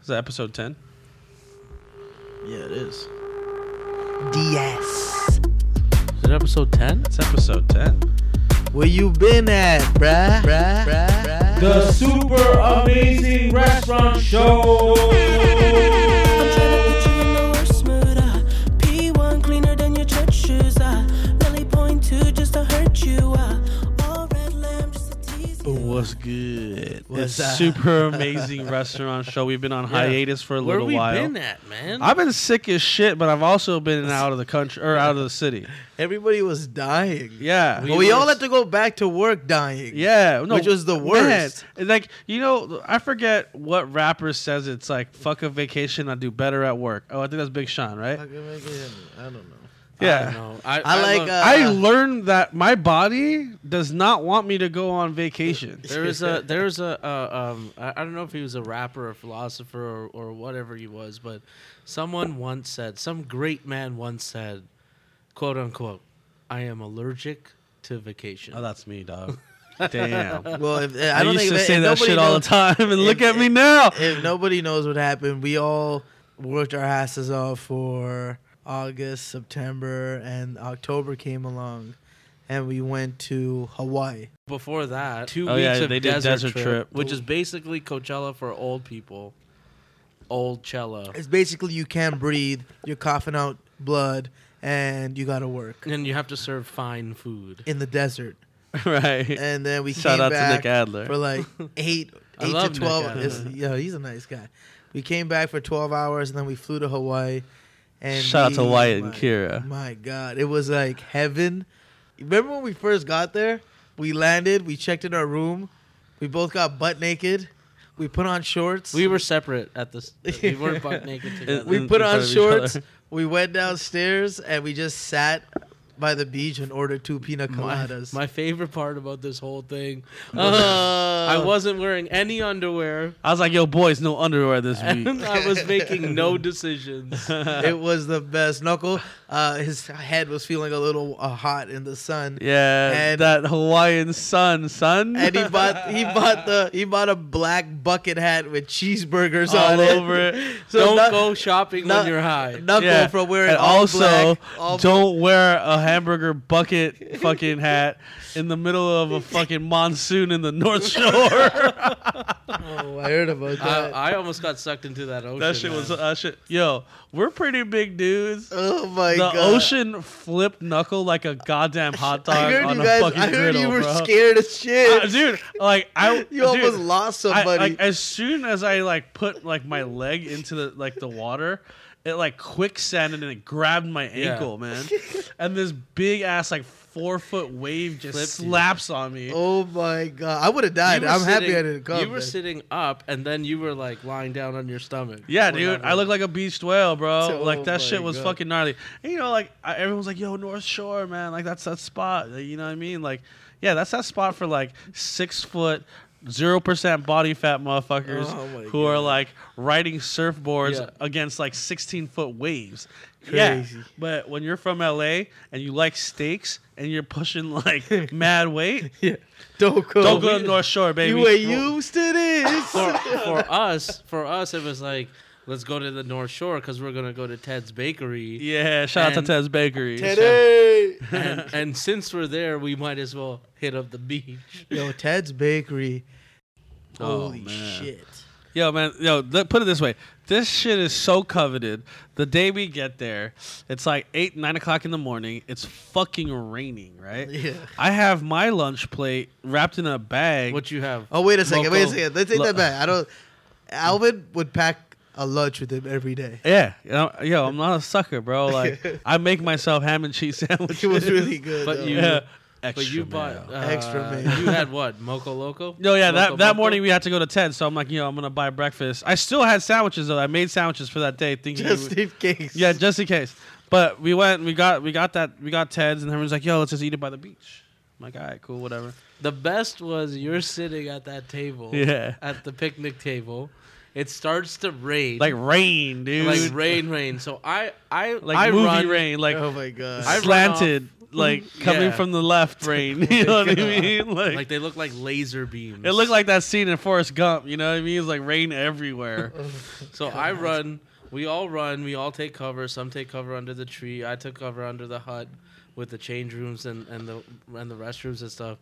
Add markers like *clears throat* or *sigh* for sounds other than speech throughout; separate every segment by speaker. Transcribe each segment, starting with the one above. Speaker 1: Is that episode 10?
Speaker 2: Yeah, it is.
Speaker 3: DS.
Speaker 2: Is it episode 10?
Speaker 1: It's episode 10.
Speaker 2: Where you been at, bruh? Bruh? Bruh? bruh?
Speaker 4: The Super Amazing Restaurant Show.
Speaker 5: I'm tryna put you in the worst mood. uh. P1 cleaner than your church shoes. uh. Really point two just to hurt you. uh. All red lamp just to tease you.
Speaker 2: What's good?
Speaker 1: It's
Speaker 2: What's up?
Speaker 1: super amazing *laughs* restaurant show. We've been on hiatus for a
Speaker 2: Where
Speaker 1: little
Speaker 2: we
Speaker 1: while.
Speaker 2: been at, man?
Speaker 1: I've been sick as shit, but I've also been out of the country or out of the city.
Speaker 3: Everybody was dying.
Speaker 1: Yeah.
Speaker 3: But
Speaker 2: We
Speaker 3: we,
Speaker 2: were-
Speaker 3: all had to go back to work dying.
Speaker 1: Yeah, no,
Speaker 3: Which was the
Speaker 1: man.
Speaker 3: worst.
Speaker 1: And, like you know, I forget what rapper says it's like fuck a vacation, I do better at work. Oh, I think that's Big Sean, right?
Speaker 3: Fucking make it happen. I don't know.
Speaker 1: yeah, *laughs*
Speaker 2: I, know. I,
Speaker 3: I like,
Speaker 2: love-
Speaker 3: uh,
Speaker 1: I learned that my body does not want me to go on vacation.
Speaker 2: There
Speaker 1: *laughs*
Speaker 2: was a there was a uh, um I, I don't know if he was a rapper or philosopher or, or whatever he was, but someone once said some great man once said, quote unquote, I am allergic to vacation.
Speaker 1: Oh, that's me,
Speaker 3: *laughs*
Speaker 1: dog. Damn.
Speaker 3: Well, if, I,
Speaker 1: I,
Speaker 3: don't
Speaker 1: used
Speaker 3: think
Speaker 1: to
Speaker 3: if,
Speaker 1: say
Speaker 3: if
Speaker 1: that
Speaker 3: nobody
Speaker 1: shit all the
Speaker 3: knows-
Speaker 1: time, and look
Speaker 3: if-
Speaker 1: at me now.
Speaker 3: If nobody knows what happened, we all worked our asses off for August, September, and October came along, and we went to Hawaii.
Speaker 2: Before that, two
Speaker 1: Oh,
Speaker 2: weeks
Speaker 1: yeah,
Speaker 2: of
Speaker 1: they did
Speaker 2: desert,
Speaker 1: Desert
Speaker 2: trip,
Speaker 1: Trip.
Speaker 2: which is basically Coachella for old people, old cello,
Speaker 3: It's basically you can't breathe, you're coughing out blood, and you gotta work
Speaker 2: and you have to serve fine food.
Speaker 3: in the desert.
Speaker 1: *laughs* right.
Speaker 3: And then we
Speaker 1: Shout
Speaker 3: came
Speaker 1: out to
Speaker 3: back
Speaker 1: Nick Adler. *laughs*
Speaker 3: for like eight,
Speaker 2: I
Speaker 3: eight to
Speaker 2: love Nick
Speaker 3: twelve.
Speaker 2: Adler.
Speaker 3: It's, yeah, he's a nice guy. We came back for twelve hours, and then we flew to Hawaii. And
Speaker 1: Shout out to
Speaker 3: we-
Speaker 1: Wyatt and
Speaker 3: my
Speaker 1: Kira.
Speaker 3: My God, it was like heaven. Remember when we first got there? We landed, we checked in our room, we both got butt naked, we put on shorts,
Speaker 2: We were separate at this. We weren't butt naked
Speaker 1: *laughs*
Speaker 2: together.
Speaker 3: we
Speaker 1: in-
Speaker 3: put
Speaker 1: in front
Speaker 3: on
Speaker 1: of each
Speaker 3: shorts,
Speaker 1: other.
Speaker 3: we went downstairs, and we just sat by the beach and ordered two pina
Speaker 2: My,
Speaker 3: coladas.
Speaker 2: my favorite part about this whole thing was I
Speaker 3: Uh.
Speaker 2: wasn't wearing any underwear
Speaker 1: I was like, yo, boys, no underwear
Speaker 3: *laughs*
Speaker 1: this week.
Speaker 2: *laughs* and I was making no decisions.
Speaker 3: *laughs* it was the best. Knuckle, uh, his head was feeling a little uh, hot in the sun.
Speaker 1: yeah,
Speaker 3: And-
Speaker 1: that Hawaiian sun, sun. *laughs*
Speaker 3: And he bought he bought the he bought a black bucket hat with cheeseburgers
Speaker 1: all
Speaker 3: on it.
Speaker 1: over it.
Speaker 3: So
Speaker 2: Don't
Speaker 3: not-
Speaker 2: go shopping
Speaker 3: not-
Speaker 2: when you're high.
Speaker 3: *laughs* Knuckle
Speaker 1: Yeah.
Speaker 3: from wearing
Speaker 1: and
Speaker 3: all
Speaker 1: also *laughs*
Speaker 3: black, Oh, all
Speaker 1: don't wear a hamburger bucket fucking hat in the middle of a fucking monsoon in the
Speaker 3: *laughs*
Speaker 1: North Shore.
Speaker 3: Oh, I heard about
Speaker 2: I,
Speaker 3: that.
Speaker 2: I almost got sucked into that ocean.
Speaker 1: that shit was
Speaker 2: man.
Speaker 1: uh, shit. Yo, we're pretty big dudes.
Speaker 3: oh my
Speaker 1: the
Speaker 3: god!
Speaker 1: ocean flipped knuckle like a goddamn hot dog
Speaker 3: I heard
Speaker 1: on
Speaker 3: you
Speaker 1: a
Speaker 3: guys.
Speaker 1: fucking
Speaker 3: I heard
Speaker 1: griddle,
Speaker 3: you were
Speaker 1: bro.
Speaker 3: scared as shit.
Speaker 1: *laughs* Uh, dude, like I,
Speaker 3: *laughs* you
Speaker 1: dude,
Speaker 3: almost lost
Speaker 1: I-
Speaker 3: somebody.
Speaker 1: like as soon as I like put like my leg into the like the water, it like quicksanded and it grabbed my
Speaker 2: Yeah.
Speaker 1: ankle,
Speaker 3: *laughs*
Speaker 1: man. and this big ass like four foot wave just
Speaker 2: Flipped you.
Speaker 1: slaps on me.
Speaker 3: oh my god! I would have
Speaker 2: You
Speaker 3: died. *laughs*
Speaker 2: were
Speaker 3: I'm happy
Speaker 2: sitting-
Speaker 3: I didn't come.
Speaker 2: You were
Speaker 3: man.
Speaker 2: sitting up, and then you were like lying down on your stomach.
Speaker 1: Yeah,
Speaker 2: Or
Speaker 1: dude,
Speaker 3: *laughs*
Speaker 2: whatever.
Speaker 1: I look like a beached whale, bro.
Speaker 3: Oh
Speaker 1: like that
Speaker 3: my
Speaker 1: shit was
Speaker 3: God.
Speaker 1: fucking gnarly. And, you know, like I, everyone's like, "Yo, North Shore, man, like that's that spot." Like, you know what I mean? Like, yeah, that's that spot for like six foot, zero percent body fat motherfuckers
Speaker 3: Oh my
Speaker 1: who are like riding surfboards
Speaker 2: Yeah.
Speaker 1: against like sixteen foot waves. Yeah,
Speaker 3: Crazy.
Speaker 1: but when you're from LA and you like steaks and you're pushing
Speaker 3: *laughs*
Speaker 1: like mad weight,
Speaker 3: Don't go.
Speaker 1: don't go to North Shore, baby.
Speaker 3: You were used to this.
Speaker 2: for, for us, for us, it was like, let's go to the North Shore because we're gonna go to Ted's Bakery.
Speaker 1: yeah, shout out
Speaker 2: And-
Speaker 1: to Ted's Bakery.
Speaker 3: Teddy.
Speaker 2: And, and since we're there, we might as well hit up
Speaker 3: *laughs*
Speaker 2: the beach.
Speaker 3: Yo, Ted's Bakery.
Speaker 1: Oh,
Speaker 3: Holy
Speaker 1: man.
Speaker 3: shit!
Speaker 1: Yo, man, yo, th- put it this way. This shit is so coveted. The day we get there, it's like 8, 9 o'clock in the morning. It's fucking raining, right?
Speaker 3: *laughs* Yeah.
Speaker 1: I have my lunch plate wrapped in a bag.
Speaker 2: What you have?
Speaker 3: Oh wait a second. Wait a
Speaker 2: Local-
Speaker 3: second. Let's take
Speaker 1: lo-
Speaker 3: that back. I don't. Alvin would pack a lunch with him every day.
Speaker 1: yeah. you know, Yo, I'm not a sucker, bro. Like,
Speaker 3: *laughs*
Speaker 1: I make myself ham and cheese *laughs* sandwiches.
Speaker 3: It was
Speaker 1: *laughs*
Speaker 3: really good.
Speaker 2: But
Speaker 3: though.
Speaker 2: you-
Speaker 1: Yeah.
Speaker 2: But you bought
Speaker 1: mayo.
Speaker 2: uh,
Speaker 3: Extra mayo.
Speaker 2: You had what? Moco Loco?
Speaker 1: *laughs* No, yeah, that,
Speaker 2: Moco
Speaker 1: that
Speaker 2: Moco?
Speaker 1: morning we had to go to Ted, so I'm like, yo, I'm gonna buy breakfast. I still had sandwiches though. I made sandwiches for that day, thinking we
Speaker 3: *laughs* just in case.
Speaker 1: Yeah, just in case. But we went, and we got, we got that, we got Ted's, and everyone's like, "Yo, let's just eat it by the beach." I'm like, "All right, cool, whatever."
Speaker 2: The best was you're sitting at that table.
Speaker 1: *laughs* Yeah.
Speaker 2: At the picnic table, it starts to rain.
Speaker 1: Like rain, dude.
Speaker 2: like rain, rain. So I I
Speaker 1: like
Speaker 2: I
Speaker 1: movie
Speaker 2: run,
Speaker 1: rain, like
Speaker 3: oh my god.
Speaker 2: I run
Speaker 1: slanted. like coming
Speaker 2: Yeah.
Speaker 1: from the left brain. *laughs* You know what I mean? Like,
Speaker 2: *laughs* Like they look like laser beams.
Speaker 1: it looked like that scene in Forrest Gump. You know what I mean? It's like rain
Speaker 2: *laughs*
Speaker 1: everywhere.
Speaker 2: So I run. We all run. We all take cover. Some take cover under the tree. I took cover under the hut with the change rooms and, and the and the restrooms and stuff.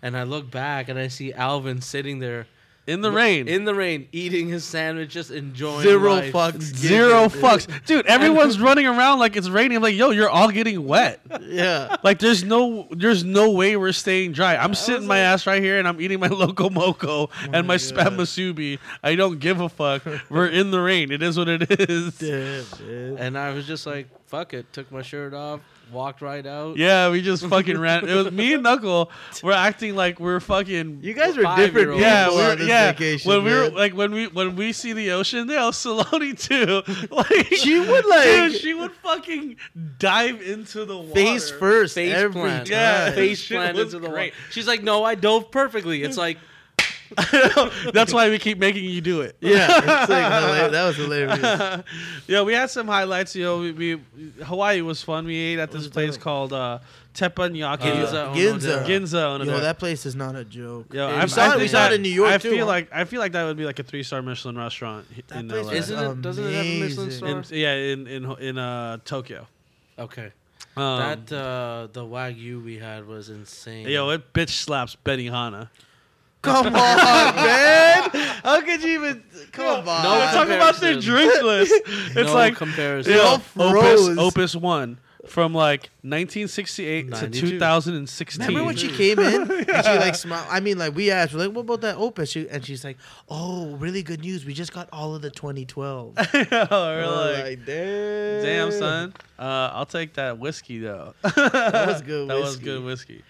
Speaker 2: And I look back and I see Alvin sitting there
Speaker 1: in the rain.
Speaker 2: in the rain, eating his sandwich, just enjoying
Speaker 3: Zero
Speaker 2: life.
Speaker 3: fucks.
Speaker 1: Zero fucks, dude. Everyone's running around like it's raining. I'm like, yo, you're all getting wet.
Speaker 2: *laughs*
Speaker 3: Yeah.
Speaker 1: Like, there's no, there's no way we're staying dry. I'm sitting my
Speaker 2: like-
Speaker 1: ass right here and I'm eating my *laughs* loco moco and my
Speaker 3: Oh my
Speaker 1: spam
Speaker 3: God.
Speaker 1: masubi. I don't give a fuck. We're in the rain. It is what it *laughs* is.
Speaker 3: Damn, dude.
Speaker 2: And I was just like, "Fuck it!" Took my shirt off, walked right out.
Speaker 1: Yeah, we
Speaker 3: *laughs*
Speaker 1: just fucking ran. It was me and Knuckle. We're acting like we're fucking.
Speaker 3: You guys were different
Speaker 2: Five-year-old.
Speaker 3: people
Speaker 1: yeah,
Speaker 3: on
Speaker 1: we're,
Speaker 3: this
Speaker 1: yeah.
Speaker 3: vacation.
Speaker 1: when we
Speaker 3: man.
Speaker 1: were like when we when we see the ocean, *laughs* they'll Saloni too. *laughs* Like
Speaker 3: She would,
Speaker 1: dude,
Speaker 3: like-
Speaker 1: she would fucking dive into the water.
Speaker 3: face first
Speaker 2: Face
Speaker 3: every
Speaker 2: plant.
Speaker 1: Yeah.
Speaker 3: time.
Speaker 2: Face
Speaker 1: Shit
Speaker 2: plant
Speaker 1: was
Speaker 2: into the
Speaker 1: great.
Speaker 2: wall. She's like, "No, I dove perfectly." It's like,
Speaker 1: *laughs* That's why we keep making you do it.
Speaker 3: *laughs* Yeah, it's *laughs* like, hila- that was *laughs* hilarious.
Speaker 1: yeah, we had some highlights. You know, we, we Hawaii was fun. We ate at this place called uh, Teppanyaki
Speaker 2: Ginza.
Speaker 1: Uh,
Speaker 2: Oh, no,
Speaker 3: Ginza.
Speaker 1: Ginza. on
Speaker 3: Yo,
Speaker 1: there.
Speaker 3: that place is not a joke.
Speaker 1: Yo,
Speaker 2: It
Speaker 1: I-
Speaker 2: is.
Speaker 1: I
Speaker 2: We saw it-
Speaker 1: think
Speaker 2: we saw it
Speaker 1: that-
Speaker 3: in New York,
Speaker 1: I
Speaker 3: too.
Speaker 1: feel like I feel like that would be like a three star Michelin restaurant h-
Speaker 3: That
Speaker 1: in
Speaker 3: place
Speaker 1: LA.
Speaker 3: was
Speaker 2: isn't it? Doesn't it have a Michelin
Speaker 3: amazing. *laughs*
Speaker 2: star?
Speaker 1: In- yeah, in in in uh, Tokyo.
Speaker 2: okay.
Speaker 1: Um,
Speaker 2: that uh, the wagyu we had was insane.
Speaker 1: yo, it bitch slaps Benihana.
Speaker 3: Come on, *laughs* man. How could you even? Come on.
Speaker 2: no,
Speaker 1: Let's
Speaker 3: *laughs*
Speaker 1: talk about their
Speaker 2: comparison.
Speaker 1: drink list. It's
Speaker 2: no
Speaker 1: like
Speaker 2: comparison.
Speaker 1: yo,
Speaker 3: all
Speaker 1: Opus
Speaker 3: froze.
Speaker 1: Opus One from like 1968
Speaker 2: 92.
Speaker 1: to 2016.
Speaker 3: Remember
Speaker 1: *laughs*
Speaker 3: when she came *laughs* in and she like smiled? I mean, like we asked, we're like, "What about that Opus?" She, and she's like, "Oh, really good news! We just got all of the 2012."
Speaker 1: Yo, we're
Speaker 3: We're
Speaker 1: like,
Speaker 3: "Damn,
Speaker 1: damn son, uh, I'll take that whiskey though.
Speaker 3: *laughs* that was
Speaker 1: *laughs*
Speaker 3: good.
Speaker 1: that was
Speaker 3: whiskey.
Speaker 1: good whiskey.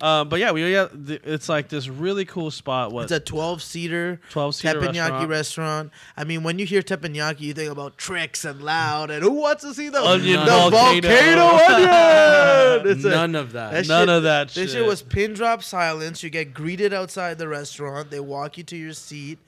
Speaker 1: Um, but yeah, we yeah, th- it's like this really cool spot. What
Speaker 3: It's a 12 seater
Speaker 1: 12 seater
Speaker 3: teppanyaki
Speaker 1: restaurant.
Speaker 3: restaurant. I mean, when you hear teppanyaki, you think about tricks and loud, and who wants to see the
Speaker 1: Onion
Speaker 3: the
Speaker 1: volcano. *laughs*
Speaker 3: volcano, onion? It's a-
Speaker 2: None of that.
Speaker 3: that
Speaker 1: None
Speaker 3: shit-
Speaker 1: of that
Speaker 3: This shit was pin drop silence. You get greeted outside the restaurant. They walk you to your seat.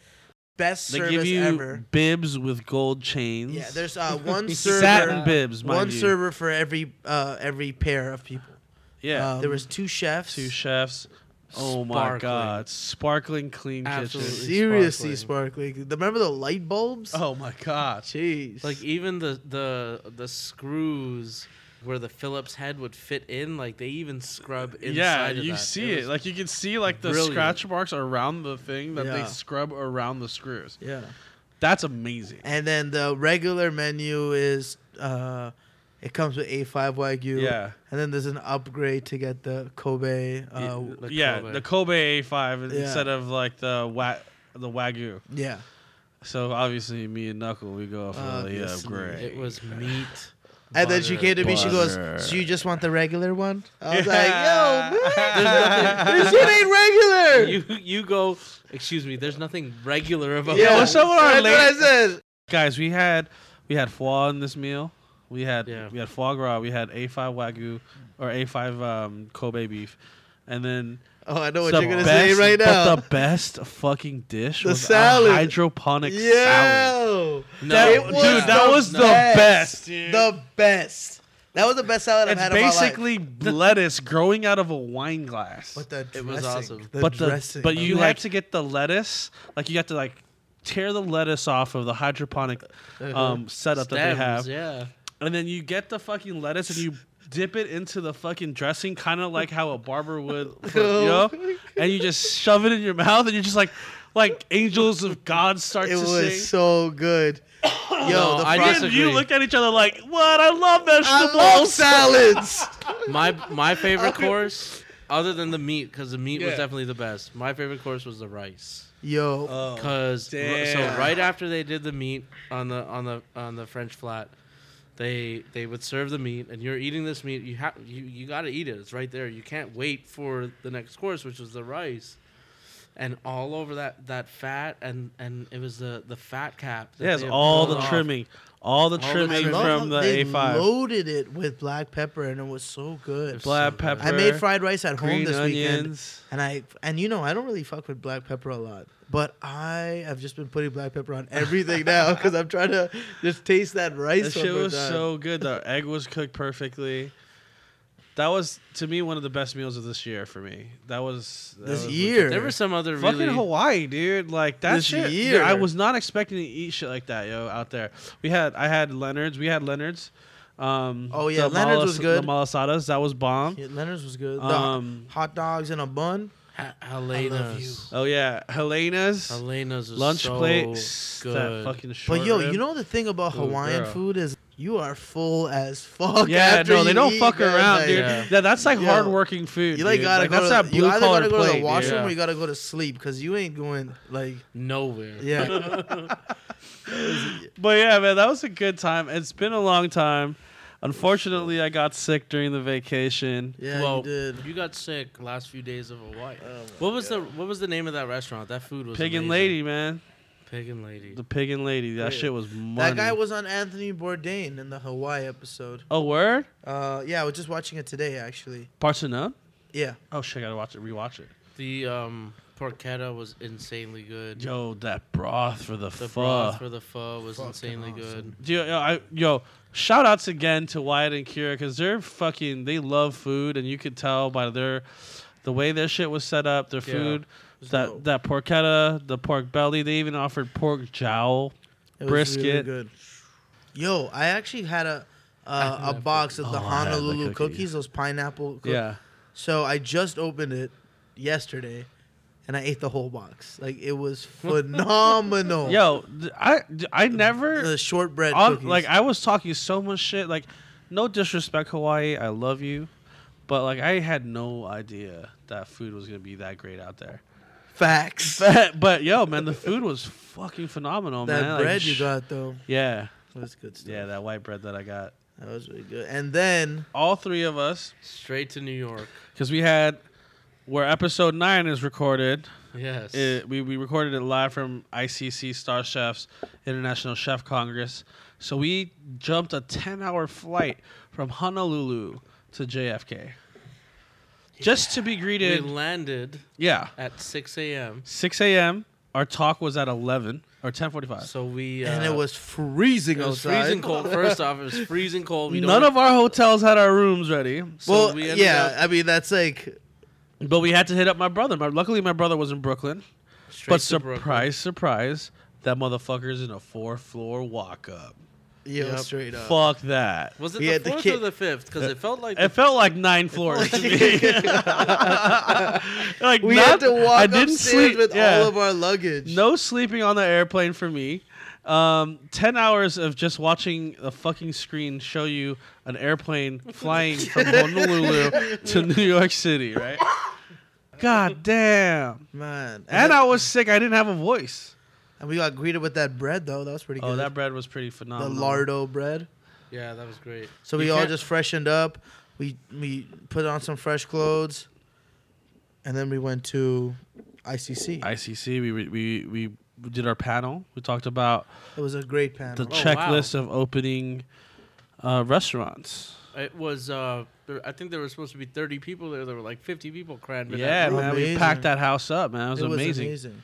Speaker 3: Best
Speaker 1: They
Speaker 3: service
Speaker 1: give you
Speaker 3: ever.
Speaker 1: bibs with gold chains. *laughs*
Speaker 3: Yeah, there's uh, one server,
Speaker 1: satin bibs. Mind
Speaker 3: one
Speaker 1: you.
Speaker 3: server for every uh, every pair of people. Um,
Speaker 1: Yeah, Um,
Speaker 3: there was two chefs.
Speaker 1: two chefs. Oh my
Speaker 2: Sparkling.
Speaker 1: god, sparkling clean kitchen. *laughs*
Speaker 2: Absolutely.
Speaker 3: Seriously
Speaker 2: Sparkling.
Speaker 3: sparkling. Remember the light bulbs?
Speaker 1: Oh my god.
Speaker 3: jeez.
Speaker 2: like even the the the screws where the Phillips head would fit in, like they even scrub inside.
Speaker 1: Yeah,
Speaker 2: of
Speaker 1: you
Speaker 2: that.
Speaker 1: see it.
Speaker 2: was-
Speaker 1: Like you can see like the
Speaker 2: brilliant.
Speaker 1: scratch marks around the thing that they
Speaker 3: Yeah.
Speaker 1: scrub around the screws.
Speaker 3: yeah.
Speaker 1: That's amazing.
Speaker 3: And then the regular menu is uh it comes with A5 Wagyu.
Speaker 1: Yeah.
Speaker 3: And then there's an upgrade to get the Kobe uh
Speaker 2: the
Speaker 1: yeah,
Speaker 2: Kobe.
Speaker 1: the Kobe A5
Speaker 3: Yeah.
Speaker 1: instead of like the wa- the Wagyu.
Speaker 3: yeah.
Speaker 1: So obviously, me and Knuckle, we go for the uh,
Speaker 3: Obviously.
Speaker 1: upgrade.
Speaker 2: it was meat.
Speaker 3: And then she came
Speaker 2: butter,
Speaker 3: to me, she
Speaker 1: butter.
Speaker 3: goes, So you just want the regular one? I was
Speaker 1: Yeah.
Speaker 3: like,
Speaker 1: *laughs*
Speaker 3: Yo,
Speaker 1: There's
Speaker 3: man, this shit ain't regular.
Speaker 2: *laughs* You you go. Excuse me. There's nothing regular about.
Speaker 1: Yeah,
Speaker 2: that.
Speaker 1: what's up with our
Speaker 3: that's what I
Speaker 1: ladies?
Speaker 3: said.
Speaker 1: Guys, we had we had foie in this meal. We had
Speaker 2: Yeah.
Speaker 1: we had foie gras. We had A5 Wagyu or A5 um, Kobe beef, and then
Speaker 3: Oh, I know what
Speaker 1: the
Speaker 3: you're gonna
Speaker 1: best-
Speaker 3: say right now.
Speaker 1: But the best fucking dish
Speaker 3: The
Speaker 1: was a
Speaker 3: salad.
Speaker 1: hydroponic salad.
Speaker 3: Yeah.
Speaker 2: No,
Speaker 1: That,
Speaker 3: It
Speaker 1: dude,
Speaker 3: was
Speaker 1: that
Speaker 3: the
Speaker 1: was the
Speaker 3: best.
Speaker 1: best. dude.
Speaker 3: The best. That was the best salad I've
Speaker 1: it's
Speaker 3: had in my life.
Speaker 1: basically lettuce growing out of a wine glass.
Speaker 3: But the dressing,
Speaker 2: It was awesome.
Speaker 3: The
Speaker 1: but
Speaker 3: dressing.
Speaker 1: but you
Speaker 2: mean,
Speaker 1: had
Speaker 2: like-
Speaker 1: to get the lettuce. Like you had to like tear the lettuce off of the hydroponic
Speaker 3: Uh-huh.
Speaker 1: um, setup that
Speaker 2: stems,
Speaker 1: they have,
Speaker 2: Yeah.
Speaker 1: and then you get the fucking lettuce and you dip it into the fucking dressing, kind of like how a barber would,
Speaker 3: *laughs*
Speaker 1: for- you know,
Speaker 3: Oh
Speaker 1: and you just shove it in your mouth, and you're just like. Like angels of God start
Speaker 3: It
Speaker 1: to sing.
Speaker 3: was so
Speaker 1: *coughs*
Speaker 3: good. Yo,
Speaker 2: No,
Speaker 3: the
Speaker 2: I
Speaker 1: Me
Speaker 3: fries-
Speaker 1: and you
Speaker 2: disagree.
Speaker 1: look at each other like, "What? I love
Speaker 3: I
Speaker 1: vegetables." *laughs*
Speaker 3: love salads.
Speaker 2: My my favorite course, other than the meat, because the meat was
Speaker 1: Yeah.
Speaker 2: definitely the best. My favorite course was the rice.
Speaker 3: Yo,
Speaker 1: Uh,
Speaker 2: Cause r-
Speaker 1: Oh, damn.
Speaker 2: so right after they did the meat on the on the on the French flat, they they would serve the meat, and you're eating this meat. You have you you got to eat it. It's right there. You can't wait for the next course, which was the rice, and all over that that fat, and and it was the the fat cap. that
Speaker 1: Yes,
Speaker 2: they had
Speaker 1: all
Speaker 2: pulled
Speaker 1: the
Speaker 2: off.
Speaker 1: trimming, all the
Speaker 2: the
Speaker 1: trimming
Speaker 3: I
Speaker 2: trimming.
Speaker 3: love
Speaker 1: from
Speaker 3: how
Speaker 1: the
Speaker 3: they
Speaker 1: A five,
Speaker 3: loaded it with black pepper, and it was so good.
Speaker 2: Black
Speaker 1: black
Speaker 2: so good.
Speaker 1: pepper.
Speaker 3: I made fried rice at home
Speaker 1: green
Speaker 3: this weekend,
Speaker 1: onions.
Speaker 3: and I and you know I don't really fuck with black pepper a lot, but I have just been putting black pepper
Speaker 1: *laughs*
Speaker 3: on everything now because I'm trying to just taste that rice.
Speaker 1: That
Speaker 3: one
Speaker 1: shit
Speaker 3: more
Speaker 1: was
Speaker 3: time.
Speaker 1: so good. The egg was cooked perfectly. That was to me one of the best meals of this year for me. That was that
Speaker 3: This
Speaker 1: was
Speaker 3: year?
Speaker 2: There were some other
Speaker 1: Fucking
Speaker 2: really.
Speaker 1: Hawaii, dude! Like that
Speaker 3: This
Speaker 1: shit.
Speaker 3: year.
Speaker 1: I was not expecting to eat shit like that, yo. Out there, we had I had Leonard's. We had Leonard's. Um,
Speaker 3: Oh,
Speaker 1: the
Speaker 3: yeah, Leonard's was
Speaker 1: malas-
Speaker 3: good.
Speaker 1: The malasadas that was bomb.
Speaker 3: Yeah, Leonard's was good. The
Speaker 1: Um,
Speaker 3: hot dogs in a bun.
Speaker 2: Ha- Helena's.
Speaker 1: Oh yeah, Helena's
Speaker 2: Helena's was
Speaker 1: lunch
Speaker 2: so
Speaker 1: plate. That
Speaker 2: good.
Speaker 1: fucking short
Speaker 3: But yo,
Speaker 1: rib.
Speaker 3: you know the thing about
Speaker 1: Ooh,
Speaker 3: Hawaiian
Speaker 1: girl.
Speaker 3: food is you are full as fuck.
Speaker 1: Yeah,
Speaker 3: after
Speaker 1: no, they
Speaker 3: you
Speaker 1: don't
Speaker 3: eat,
Speaker 1: fuck
Speaker 3: man.
Speaker 1: around,
Speaker 3: Like,
Speaker 1: dude.
Speaker 2: Yeah.
Speaker 1: That, that's like
Speaker 3: Yo,
Speaker 1: hard-working food.
Speaker 3: You like
Speaker 1: dude.
Speaker 3: gotta
Speaker 1: like,
Speaker 3: go
Speaker 1: that's
Speaker 3: to,
Speaker 1: that
Speaker 3: you
Speaker 1: blue
Speaker 3: either
Speaker 1: collar
Speaker 3: gotta go to
Speaker 1: plate.
Speaker 3: the
Speaker 1: dude.
Speaker 3: washroom
Speaker 2: Yeah.
Speaker 3: or you gotta go to sleep because you ain't going like
Speaker 2: nowhere.
Speaker 1: *laughs*
Speaker 3: yeah.
Speaker 1: But yeah, man, that was a good time. It's been a long time. Unfortunately, I got sick during the vacation.
Speaker 3: Yeah,
Speaker 2: well,
Speaker 3: you did.
Speaker 2: you got sick last few days of Hawaii. what was the What was the name of that restaurant? That food was
Speaker 1: Pig and
Speaker 2: amazing.
Speaker 1: lady, man.
Speaker 2: Pig and lady.
Speaker 1: The pig and lady. That
Speaker 3: Yeah.
Speaker 1: shit was money.
Speaker 3: That guy was on Anthony Bourdain in the Hawaii episode.
Speaker 1: Oh, word?
Speaker 3: Uh, yeah, I was just watching it today actually.
Speaker 1: Parts unknown?
Speaker 3: Yeah,
Speaker 1: Oh, shit, I gotta watch it, rewatch it.
Speaker 2: The um porchetta was insanely good.
Speaker 1: Yo, that broth for the,
Speaker 2: the
Speaker 1: fuck.
Speaker 2: broth for the pho was insanely
Speaker 3: awesome.
Speaker 1: Dude, yo, I, yo, shout outs again to Wyatt and Kira because they're fucking, they love food, and you could tell by their, the way their shit was set up, their
Speaker 2: Yeah.
Speaker 1: food,
Speaker 3: was
Speaker 1: that
Speaker 3: dope.
Speaker 1: that porchetta, the pork belly. They even offered pork jowl.
Speaker 3: it was really
Speaker 1: Brisket.
Speaker 3: good. Yo, I actually had a
Speaker 2: I
Speaker 3: uh,
Speaker 2: had
Speaker 3: a
Speaker 2: that
Speaker 3: box of the
Speaker 1: Oh, I had the
Speaker 3: Honolulu
Speaker 1: cookie.
Speaker 3: cookies, those pineapple. Cookies.
Speaker 1: Yeah,
Speaker 3: So I just opened it yesterday, and I ate the whole box. Like it
Speaker 1: *laughs*
Speaker 3: was phenomenal.
Speaker 1: yo, th- I d- I never
Speaker 3: the shortbread
Speaker 1: on,
Speaker 3: cookies.
Speaker 1: like I was talking so much shit. Like, no disrespect, Hawaii, I love you, but like I had no idea that food was gonna be that great out
Speaker 3: *laughs*
Speaker 1: there. *laughs*
Speaker 3: facts.
Speaker 1: But, but yo, man, the food was fucking phenomenal,
Speaker 3: that
Speaker 1: man. Like,
Speaker 3: bread you
Speaker 1: sh-
Speaker 3: got though
Speaker 1: Yeah.
Speaker 3: was good stuff.
Speaker 1: Yeah, that white bread that I got.
Speaker 3: that was really good. And then
Speaker 1: All three of us,
Speaker 2: Straight to
Speaker 1: *laughs*
Speaker 2: New York.
Speaker 1: because we had where episode nine is recorded.
Speaker 2: Yes.
Speaker 1: It, we we recorded it live from ICC Star Chefs International Chef Congress. So we jumped a ten-hour flight from Honolulu to JFK, just to be
Speaker 2: we
Speaker 1: greeted.
Speaker 2: landed
Speaker 1: yeah,
Speaker 2: at 6 a.m.
Speaker 1: six a.m. Our talk was at eleven or ten forty-five.
Speaker 2: So we uh,
Speaker 3: and it was freezing
Speaker 2: it was
Speaker 3: outside.
Speaker 1: *laughs*
Speaker 2: freezing cold. First off, it was freezing cold. We
Speaker 1: None
Speaker 2: don't-
Speaker 1: of our hotels had our rooms ready.
Speaker 2: so
Speaker 3: Well,
Speaker 2: we ended
Speaker 3: yeah,
Speaker 2: up
Speaker 3: I mean that's like
Speaker 1: But we had to hit up my brother. My, luckily, my brother was in Brooklyn.
Speaker 2: straight
Speaker 1: But
Speaker 2: to Brooklyn.
Speaker 1: surprise, surprise, that motherfucker's in a four floor walk up.
Speaker 3: yo
Speaker 2: Yep.
Speaker 3: straight up.
Speaker 1: Fuck that.
Speaker 2: Was it
Speaker 3: we
Speaker 2: the
Speaker 3: had the
Speaker 2: fourth
Speaker 3: kid-
Speaker 2: or the fifth? Because
Speaker 1: Uh,
Speaker 2: it felt like
Speaker 1: It felt like
Speaker 3: *laughs*
Speaker 1: nine floors to me. *laughs* like
Speaker 3: We
Speaker 1: not-
Speaker 3: had to walk
Speaker 1: I didn't
Speaker 3: upstairs
Speaker 1: sleep
Speaker 3: with
Speaker 1: yeah.
Speaker 3: all of our luggage.
Speaker 1: No sleeping on the airplane for me. Um, ten hours of just watching a fucking screen show you an airplane flying
Speaker 3: *laughs*
Speaker 1: from Honolulu to New York City, right? God damn.
Speaker 3: man,
Speaker 1: And
Speaker 3: then-
Speaker 1: I was sick. I didn't have a voice.
Speaker 3: and we got greeted with that bread though. That was pretty
Speaker 1: Oh,
Speaker 3: good.
Speaker 1: that bread was pretty
Speaker 3: the
Speaker 1: phenomenal.
Speaker 3: lardo bread.
Speaker 2: the yeah, that was great.
Speaker 3: So
Speaker 2: You
Speaker 3: we all
Speaker 2: can't-
Speaker 3: just freshened up. We we put on some fresh clothes, and then we went to ICC.
Speaker 1: ICC. We we we we did our panel. We talked about
Speaker 3: it was a great
Speaker 1: the
Speaker 3: panel.
Speaker 2: wow.
Speaker 1: checklist of opening uh, restaurants.
Speaker 2: It was. Uh, there, I think there were supposed to be 30 people there. There were like 50 people crammed. in
Speaker 1: yeah,
Speaker 2: that room.
Speaker 1: man, we
Speaker 3: Amazing.
Speaker 1: packed that house up, man. It was, amazing.
Speaker 3: amazing.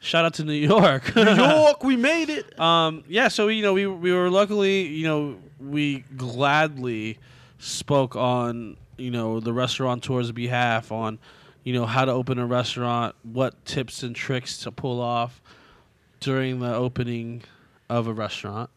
Speaker 1: Shout out to *laughs* New York. *laughs*
Speaker 3: New York, we made it.
Speaker 1: um, yeah, so you know we we were luckily you know we gladly spoke on you know the restaurateur's behalf on you know how to open a restaurant, what tips and tricks to pull off during the opening of a restaurant,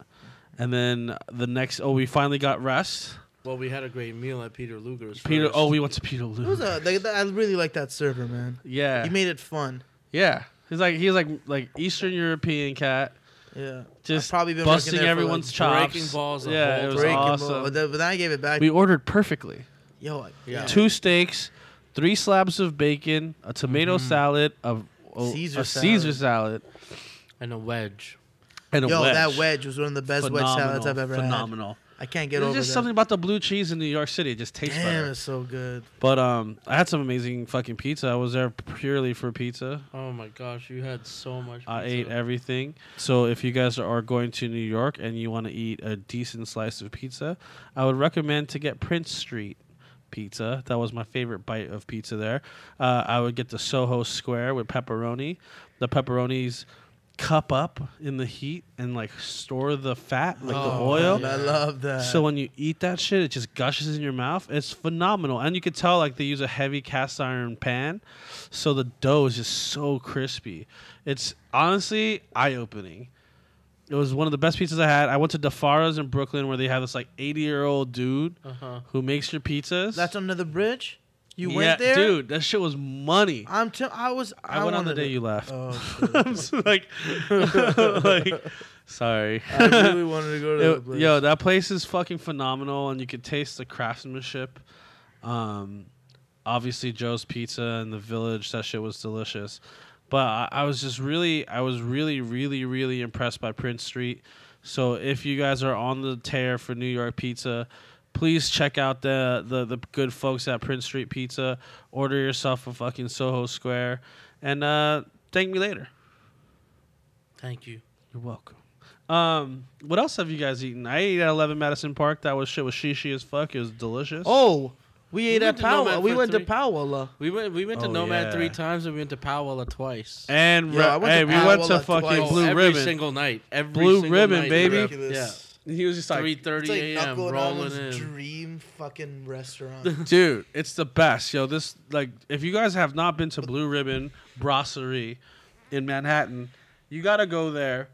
Speaker 1: and then the next oh we finally got rest.
Speaker 2: Well, we had a great meal at Peter Luger's.
Speaker 1: Peter
Speaker 2: first.
Speaker 1: oh we went to Peter
Speaker 3: It was
Speaker 1: Lou.
Speaker 3: a, they, I really like that server, man.
Speaker 1: Yeah,
Speaker 3: He made it fun.
Speaker 1: yeah. He's like he's like like Eastern European cat,
Speaker 3: Yeah,
Speaker 1: just
Speaker 3: I've probably been working
Speaker 1: busting
Speaker 3: there for,
Speaker 1: everyone's
Speaker 3: like,
Speaker 1: chops,
Speaker 2: breaking balls the
Speaker 1: Yeah,
Speaker 2: whole
Speaker 1: it was
Speaker 3: breaking balls.
Speaker 1: awesome.
Speaker 3: But then, but then I Oh. gave it back.
Speaker 1: We ordered perfectly.
Speaker 3: Yo, I-
Speaker 2: Yeah.
Speaker 1: Two steaks, three slabs of bacon, a tomato salad, a, a
Speaker 3: Mm-hmm. Caesar
Speaker 1: a Caesar salad,
Speaker 2: and a wedge.
Speaker 1: and a
Speaker 3: yo,
Speaker 1: wedge.
Speaker 3: that wedge was one of the best wedge salads I've ever
Speaker 1: phenomenal.
Speaker 3: had. I can't get
Speaker 1: There's
Speaker 3: over
Speaker 1: just
Speaker 3: that.
Speaker 1: something about the blue cheese in New York City. It just tastes
Speaker 3: Damn,
Speaker 1: better.
Speaker 3: it's so good.
Speaker 1: But um, I had some amazing fucking pizza. I was there purely for pizza.
Speaker 2: Oh my gosh, you had so much.
Speaker 1: I
Speaker 2: pizza.
Speaker 1: ate everything. So if you guys are going to New York and you want to eat a decent slice of pizza, I would recommend to get Prince Street pizza. That was my favorite bite of pizza there. Uh, I would get the Soho Square with pepperoni. The pepperonis cup up in the heat and like store the fat, like the
Speaker 3: Oh,
Speaker 1: oil.
Speaker 3: I love that.
Speaker 1: So when you eat that shit, it just gushes in your mouth. It's phenomenal, and you could tell like they use a heavy cast iron pan, so the dough is just so crispy. It's honestly eye opening. It was one of the best pizzas I had. I went to DeFara's in Brooklyn where they have this like 80 year old dude
Speaker 2: Uh-huh.
Speaker 1: who makes your pizzas.
Speaker 3: that's under the bridge. You
Speaker 1: Yeah,
Speaker 3: went there,
Speaker 1: dude. That shit was money.
Speaker 3: I'm. T- I was.
Speaker 1: I, went on the day you left. *laughs*
Speaker 3: *laughs* Oh,
Speaker 1: I'm so, like, *laughs* like, sorry. *laughs*
Speaker 3: I really wanted to go to
Speaker 1: Yo-
Speaker 3: that place.
Speaker 1: Yo, that place is fucking phenomenal, and you could taste the craftsmanship. Um, obviously Joe's Pizza and the Village, that shit was delicious. But I, I was just really, I was really, really, really impressed by Prince Street. So if you guys are on the tear for New York pizza, please check out the the, the good folks at Prince Street Pizza. Order yourself a fucking Soho Square, and uh, thank me later.
Speaker 2: Thank you.
Speaker 1: You're welcome. Um, what else have you guys eaten? I ate at Eleven Madison Park. That was shit was shishi as fuck. It was delicious.
Speaker 3: Oh, we ate
Speaker 2: went
Speaker 3: at
Speaker 2: to Nomad
Speaker 3: Powell. We
Speaker 2: for
Speaker 3: went to
Speaker 2: three-
Speaker 3: Powell.
Speaker 2: We went. We went to
Speaker 1: Oh,
Speaker 2: Nomad
Speaker 1: yeah.
Speaker 2: three times, and we went to Powella twice.
Speaker 1: and
Speaker 3: Yo,
Speaker 1: re-
Speaker 3: I went to
Speaker 1: hey, we went to
Speaker 3: Paola
Speaker 1: fucking
Speaker 3: twice.
Speaker 2: Oh,
Speaker 1: Blue
Speaker 2: every
Speaker 1: Ribbon.
Speaker 2: single night. Every
Speaker 1: Blue
Speaker 2: single
Speaker 1: Ribbon,
Speaker 2: night,
Speaker 1: baby.
Speaker 2: bro.
Speaker 3: Ridiculous.
Speaker 2: Yeah.
Speaker 1: he was just
Speaker 2: Three thirty a.m. rolling in.
Speaker 3: dream
Speaker 1: *laughs*
Speaker 3: fucking restaurant.
Speaker 1: dude, it's the best. Yo, this like if you guys have not been to Blue Ribbon Brasserie in Manhattan, you gotta go there,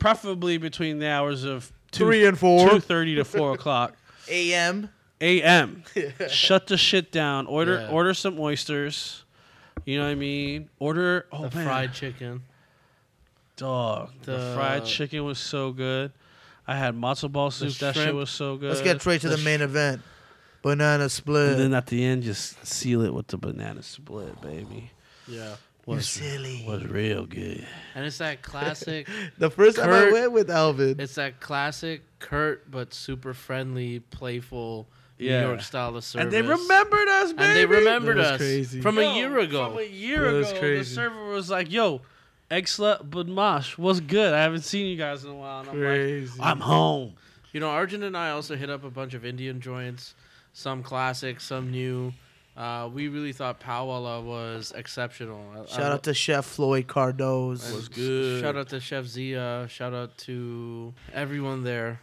Speaker 1: preferably between the hours of two,
Speaker 3: Three and four.
Speaker 1: two thirty to four o'clock.
Speaker 3: A.M.
Speaker 2: *laughs*
Speaker 1: a.m. Shut the shit down. Order
Speaker 2: Yeah.
Speaker 1: order some oysters. You know what I mean? Order oh
Speaker 2: The
Speaker 1: man,
Speaker 2: fried chicken.
Speaker 1: dog. The,
Speaker 2: the-
Speaker 1: fried chicken was so good. I had matzo ball soup. That shit
Speaker 2: shrimp.
Speaker 1: was so good.
Speaker 3: Let's get straight to the main event. Banana split.
Speaker 1: Uh, And then at the end, just seal it with the banana split, baby.
Speaker 2: Yeah.
Speaker 3: you
Speaker 1: Was
Speaker 3: silly.
Speaker 1: was real good.
Speaker 2: And it's
Speaker 1: *laughs*
Speaker 2: that classic.
Speaker 3: The first time I
Speaker 2: Kurt-
Speaker 3: went with Alvin.
Speaker 2: it's that classic curt but super friendly, playful
Speaker 1: Yeah.
Speaker 2: New York style of service.
Speaker 1: And they remembered us, baby.
Speaker 2: And they remembered
Speaker 3: That was
Speaker 2: us
Speaker 3: crazy.
Speaker 2: from
Speaker 1: Yo,
Speaker 2: a year ago.
Speaker 1: From a year
Speaker 3: That was
Speaker 1: ago, the
Speaker 3: crazy.
Speaker 1: server was like, "Yo, Exla Budmash, what's good? I haven't seen you guys in a while." And I'm like,
Speaker 3: Crazy.
Speaker 1: "I'm home."
Speaker 2: You know, Arjun and I also hit up a bunch of Indian joints, some classic, some new. Uh, we really thought Powala was exceptional. I- I
Speaker 3: Shout
Speaker 2: lo-
Speaker 3: out to Chef Floyd Cardoz.
Speaker 1: Was good.
Speaker 2: Shout out to Chef Zia. Shout out to everyone there.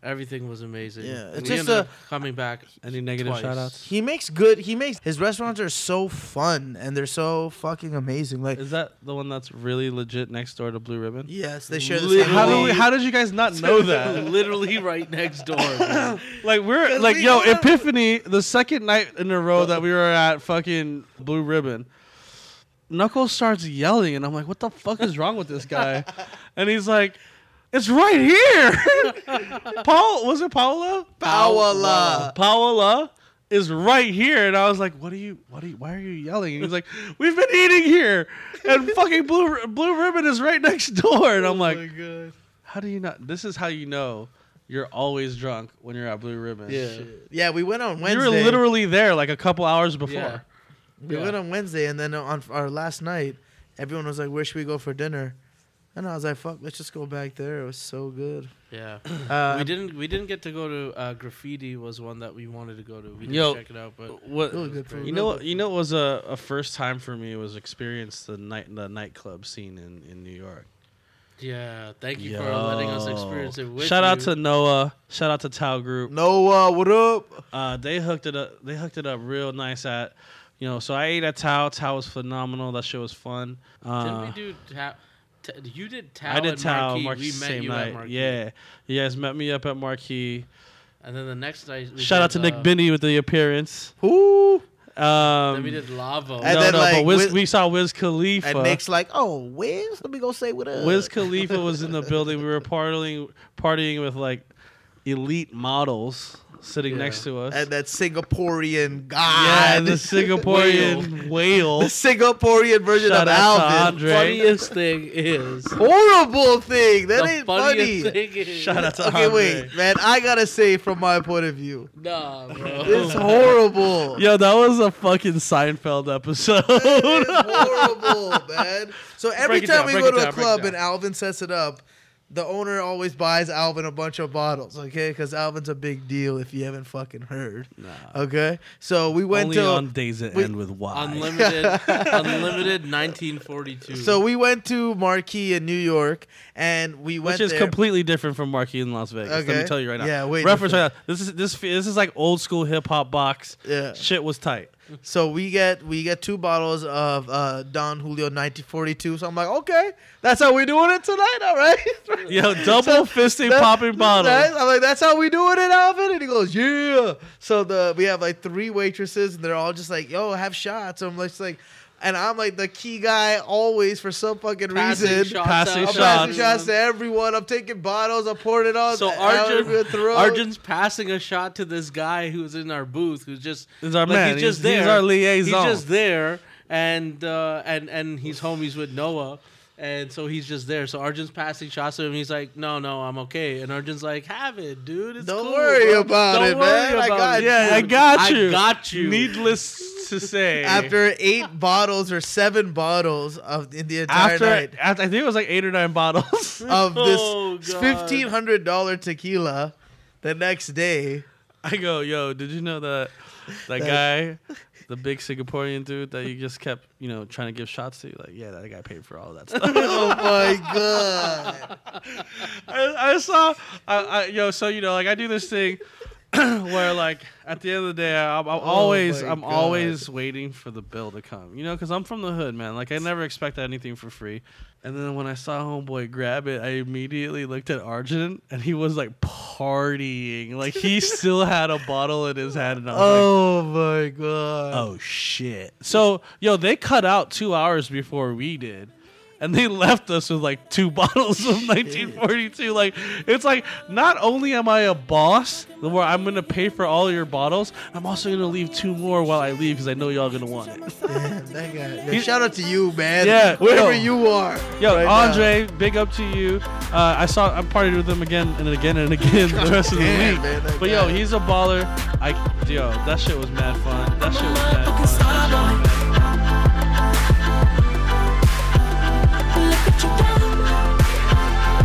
Speaker 2: Everything was amazing.
Speaker 3: Yeah, it's
Speaker 2: we
Speaker 3: just
Speaker 2: ended
Speaker 3: a-
Speaker 2: up coming back.
Speaker 1: Any negative
Speaker 2: Twice.
Speaker 1: shout
Speaker 2: *laughs*
Speaker 1: outs?
Speaker 3: He makes good. He makes his restaurants are so fun and they're so fucking amazing. Like
Speaker 1: Is that the one that's really legit next door to Blue Ribbon?
Speaker 3: yes, they share the
Speaker 2: Literally-
Speaker 3: same
Speaker 1: How, do we,
Speaker 3: weed.
Speaker 1: how did you guys *laughs* not know that?
Speaker 2: Literally right next
Speaker 3: *laughs*
Speaker 2: door. man.
Speaker 1: Like we're
Speaker 3: 'Cause
Speaker 1: like
Speaker 3: we
Speaker 1: yo
Speaker 3: don't-
Speaker 1: Epiphany, the second night in a row that we were at fucking Blue Ribbon. Knuckles starts yelling, and I'm like, "What the fuck is wrong with this
Speaker 3: *laughs*
Speaker 1: guy?" And he's like, "It's right here."
Speaker 3: *laughs*
Speaker 1: Paul was it Paola?
Speaker 3: Paola.
Speaker 1: Paola is right here, and I was like, "What are you? What are you? Why are you yelling?" And he's like, "We've been eating here, and fucking Blue Ri- Blue Ribbon is right next door." *laughs*
Speaker 3: Oh
Speaker 1: And I'm like, "How do you not? This is how you know." You're always drunk when you're at Blue Ribbon.
Speaker 2: yeah.
Speaker 3: yeah, we went on Wednesday.
Speaker 1: You were literally there like a couple hours before.
Speaker 2: Yeah.
Speaker 3: We
Speaker 2: Yeah.
Speaker 3: went on Wednesday, and then on our last night, everyone was like, "Where should we go for dinner?" And I was like, "Fuck, let's just go back there. It was
Speaker 1: *clears throat*
Speaker 3: so good."
Speaker 2: Yeah.
Speaker 3: Uh,
Speaker 2: we didn't we didn't get to go to uh, graffiti was one that we wanted to go to. We didn't
Speaker 1: Yo.
Speaker 2: check it out, but
Speaker 1: What
Speaker 3: Really good food.
Speaker 1: you know? what- You know, it was a, a first time for me was experience the night the nightclub scene in, in New York.
Speaker 2: yeah, thank you for letting us
Speaker 1: Yo.
Speaker 2: experience it with
Speaker 1: Shout out to
Speaker 2: you.
Speaker 1: Noah. Shout out to Tao Group.
Speaker 3: Noah, what up?
Speaker 1: Uh, they hooked it up. They hooked it up real nice at, you know. So I ate at Tao. Tao was phenomenal. That shit was fun. Uh,
Speaker 2: Didn't we do tap? T- you did tap.
Speaker 1: I did Tao.
Speaker 2: Marquee.
Speaker 1: Marquee
Speaker 2: we met
Speaker 1: same
Speaker 2: you
Speaker 1: night.
Speaker 2: at Marquee.
Speaker 1: Yeah, you guys met me up at Marquee.
Speaker 2: And then the next night. we
Speaker 1: Shout out to
Speaker 2: did, uh,
Speaker 1: Nick Benny with the appearance.
Speaker 3: Who?
Speaker 1: Um,
Speaker 2: Then we did Lavo.
Speaker 3: And
Speaker 1: no,
Speaker 3: then,
Speaker 1: no, but
Speaker 3: like,
Speaker 1: Wiz,
Speaker 3: Wiz-
Speaker 1: we saw Wiz Khalifa.
Speaker 3: And Nick's uh, like, "Oh, Wiz, let me go say what up."
Speaker 1: Wiz Khalifa was in the building. We were partying, partying with like elite models sitting
Speaker 2: Yeah.
Speaker 1: next to us.
Speaker 3: and that Singaporean god.
Speaker 1: yeah,
Speaker 3: *laughs*
Speaker 1: and the Singaporean whale.
Speaker 3: The *laughs* Singaporean version
Speaker 1: Shout
Speaker 3: of
Speaker 1: out to
Speaker 3: Alvin.
Speaker 1: Andre.
Speaker 2: funniest thing is
Speaker 3: Horrible thing. That
Speaker 2: the
Speaker 3: ain't funny.
Speaker 2: funniest thing is
Speaker 1: Shout out to
Speaker 3: okay,
Speaker 1: Andre.
Speaker 3: wait, man. I gotta say, from my point of view,
Speaker 1: *laughs*
Speaker 2: Nah, bro.
Speaker 3: it's horrible.
Speaker 1: Yo, that was a fucking Seinfeld episode.
Speaker 3: It's horrible, man. So every
Speaker 1: Break it
Speaker 3: time
Speaker 1: down,
Speaker 3: we
Speaker 1: break
Speaker 3: go
Speaker 1: it
Speaker 3: to
Speaker 1: down, break it
Speaker 3: a club
Speaker 1: down.
Speaker 3: and Alvin sets it up, the owner always buys Alvin a bunch of bottles, okay? Because Alvin's a big deal if you haven't fucking heard.
Speaker 1: Nah.
Speaker 3: Okay? So we *laughs* went
Speaker 1: Only
Speaker 3: to
Speaker 1: on days that
Speaker 3: we-
Speaker 1: end with Y.
Speaker 2: Unlimited,
Speaker 1: *laughs*
Speaker 2: unlimited, 1942.
Speaker 3: So we went to Marquee in New York and we went
Speaker 1: which is
Speaker 3: there.
Speaker 1: completely different from Marquee in Las Vegas. Let
Speaker 3: Okay.
Speaker 1: me tell you right now.
Speaker 3: Yeah, way
Speaker 1: Reference right
Speaker 3: different.
Speaker 1: now. This is this this is like old school hip hop box.
Speaker 3: Yeah.
Speaker 1: Shit was tight.
Speaker 3: So we get we get two bottles of uh, Don Julio 1942. So I'm like, okay, that's how we're doing it tonight, all right? *laughs*
Speaker 1: Yo, double fisting
Speaker 3: That-
Speaker 1: popping bottles.
Speaker 3: that- I'm like, that's how we doing it, Alvin. And he goes, yeah. So the we have like three waitresses, and they're all just like, yo, have shots. I'm just like, and I'm like the key guy always for some fucking
Speaker 2: Passing
Speaker 3: reason.
Speaker 2: shots
Speaker 1: Passing
Speaker 3: I'm
Speaker 2: out.
Speaker 3: passing
Speaker 1: shots.
Speaker 3: shots to everyone. I'm taking bottles. I'm pouring it all.
Speaker 2: So
Speaker 3: down
Speaker 2: Arjun,
Speaker 3: everyone's throat.
Speaker 2: Arjun's passing a shot to this guy who's in our booth, who's just
Speaker 1: He's our
Speaker 2: like,
Speaker 1: man.
Speaker 2: He's just
Speaker 1: He's-
Speaker 2: there.
Speaker 1: he's our liaison.
Speaker 2: He's just there, and uh, and and he's homies with Noah, and so he's just there. So Arjun's passing shots to him. He's like, "No, no, I'm okay." And Arjun's like, "Have it, dude. It's
Speaker 3: Don't
Speaker 2: cool,
Speaker 3: worry
Speaker 2: bro.
Speaker 3: about
Speaker 2: Don't
Speaker 3: it,
Speaker 2: worry
Speaker 3: man. I
Speaker 2: about
Speaker 3: got
Speaker 2: it.
Speaker 3: you."
Speaker 1: yeah, I got
Speaker 2: I
Speaker 1: you.
Speaker 2: got you.
Speaker 1: Needless to say,
Speaker 3: after eight bottles or seven bottles of in the entire
Speaker 1: after, *laughs*
Speaker 3: night
Speaker 1: after- I think it was like eight or nine bottles. *laughs*
Speaker 3: of
Speaker 2: Oh,
Speaker 3: this
Speaker 2: God.
Speaker 3: fifteen hundred dollar tequila, the next day.
Speaker 1: I go, yo, did you know that that guy, the big Singaporean dude that you just kept, you know, trying to give shots to? Like, yeah, that guy paid for all that stuff.
Speaker 3: Oh my god!
Speaker 1: I, I saw, I, I, yo, so you know, like I do this thing *clears throat* where, like, at the end of the day, I'm, I'm always,
Speaker 3: Oh my
Speaker 1: I'm
Speaker 3: God.
Speaker 1: always waiting for the bill to come, you know, because I'm from the hood, man. Like, I never expect anything for free. And then when I saw homeboy grab it, I immediately looked at Arjun, and he was like partying, like he still had a bottle in his hand, and I was like.
Speaker 3: Oh my god!
Speaker 1: Oh shit. So yo, they cut out two hours before we did. And they left us with like two *laughs* bottles of 1942. Like, it's like, not only am I a boss where I'm gonna pay for all your bottles, I'm also gonna leave two more while I leave because I know y'all gonna want it.
Speaker 3: Damn, *laughs* that guy. Man, shout out to you, man.
Speaker 1: Yeah,
Speaker 3: *laughs* wherever
Speaker 1: yo.
Speaker 3: you are.
Speaker 1: Yo,
Speaker 3: right now.
Speaker 1: Andre, big up to you. Uh, I saw I partied with him again and again and again the rest of the
Speaker 3: Damn,
Speaker 1: week.
Speaker 3: man, that
Speaker 1: but yo,
Speaker 3: guy.
Speaker 1: he's a baller. I yo, that shit was mad fun. That shit was mad fun.
Speaker 5: Motherfucking star boy. Look at you go.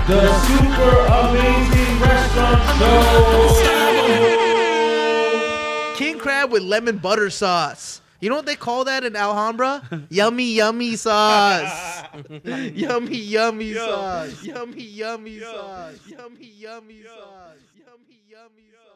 Speaker 4: The Super Amazing Restaurant Show.
Speaker 3: king crab with lemon butter sauce. You know what they call that
Speaker 1: *laughs*
Speaker 3: in Alhambra? yummy, yummy sauce. yummy, yummy sauce. Yummy, yummy sauce. Yummy, yummy sauce. Yummy, yummy sauce.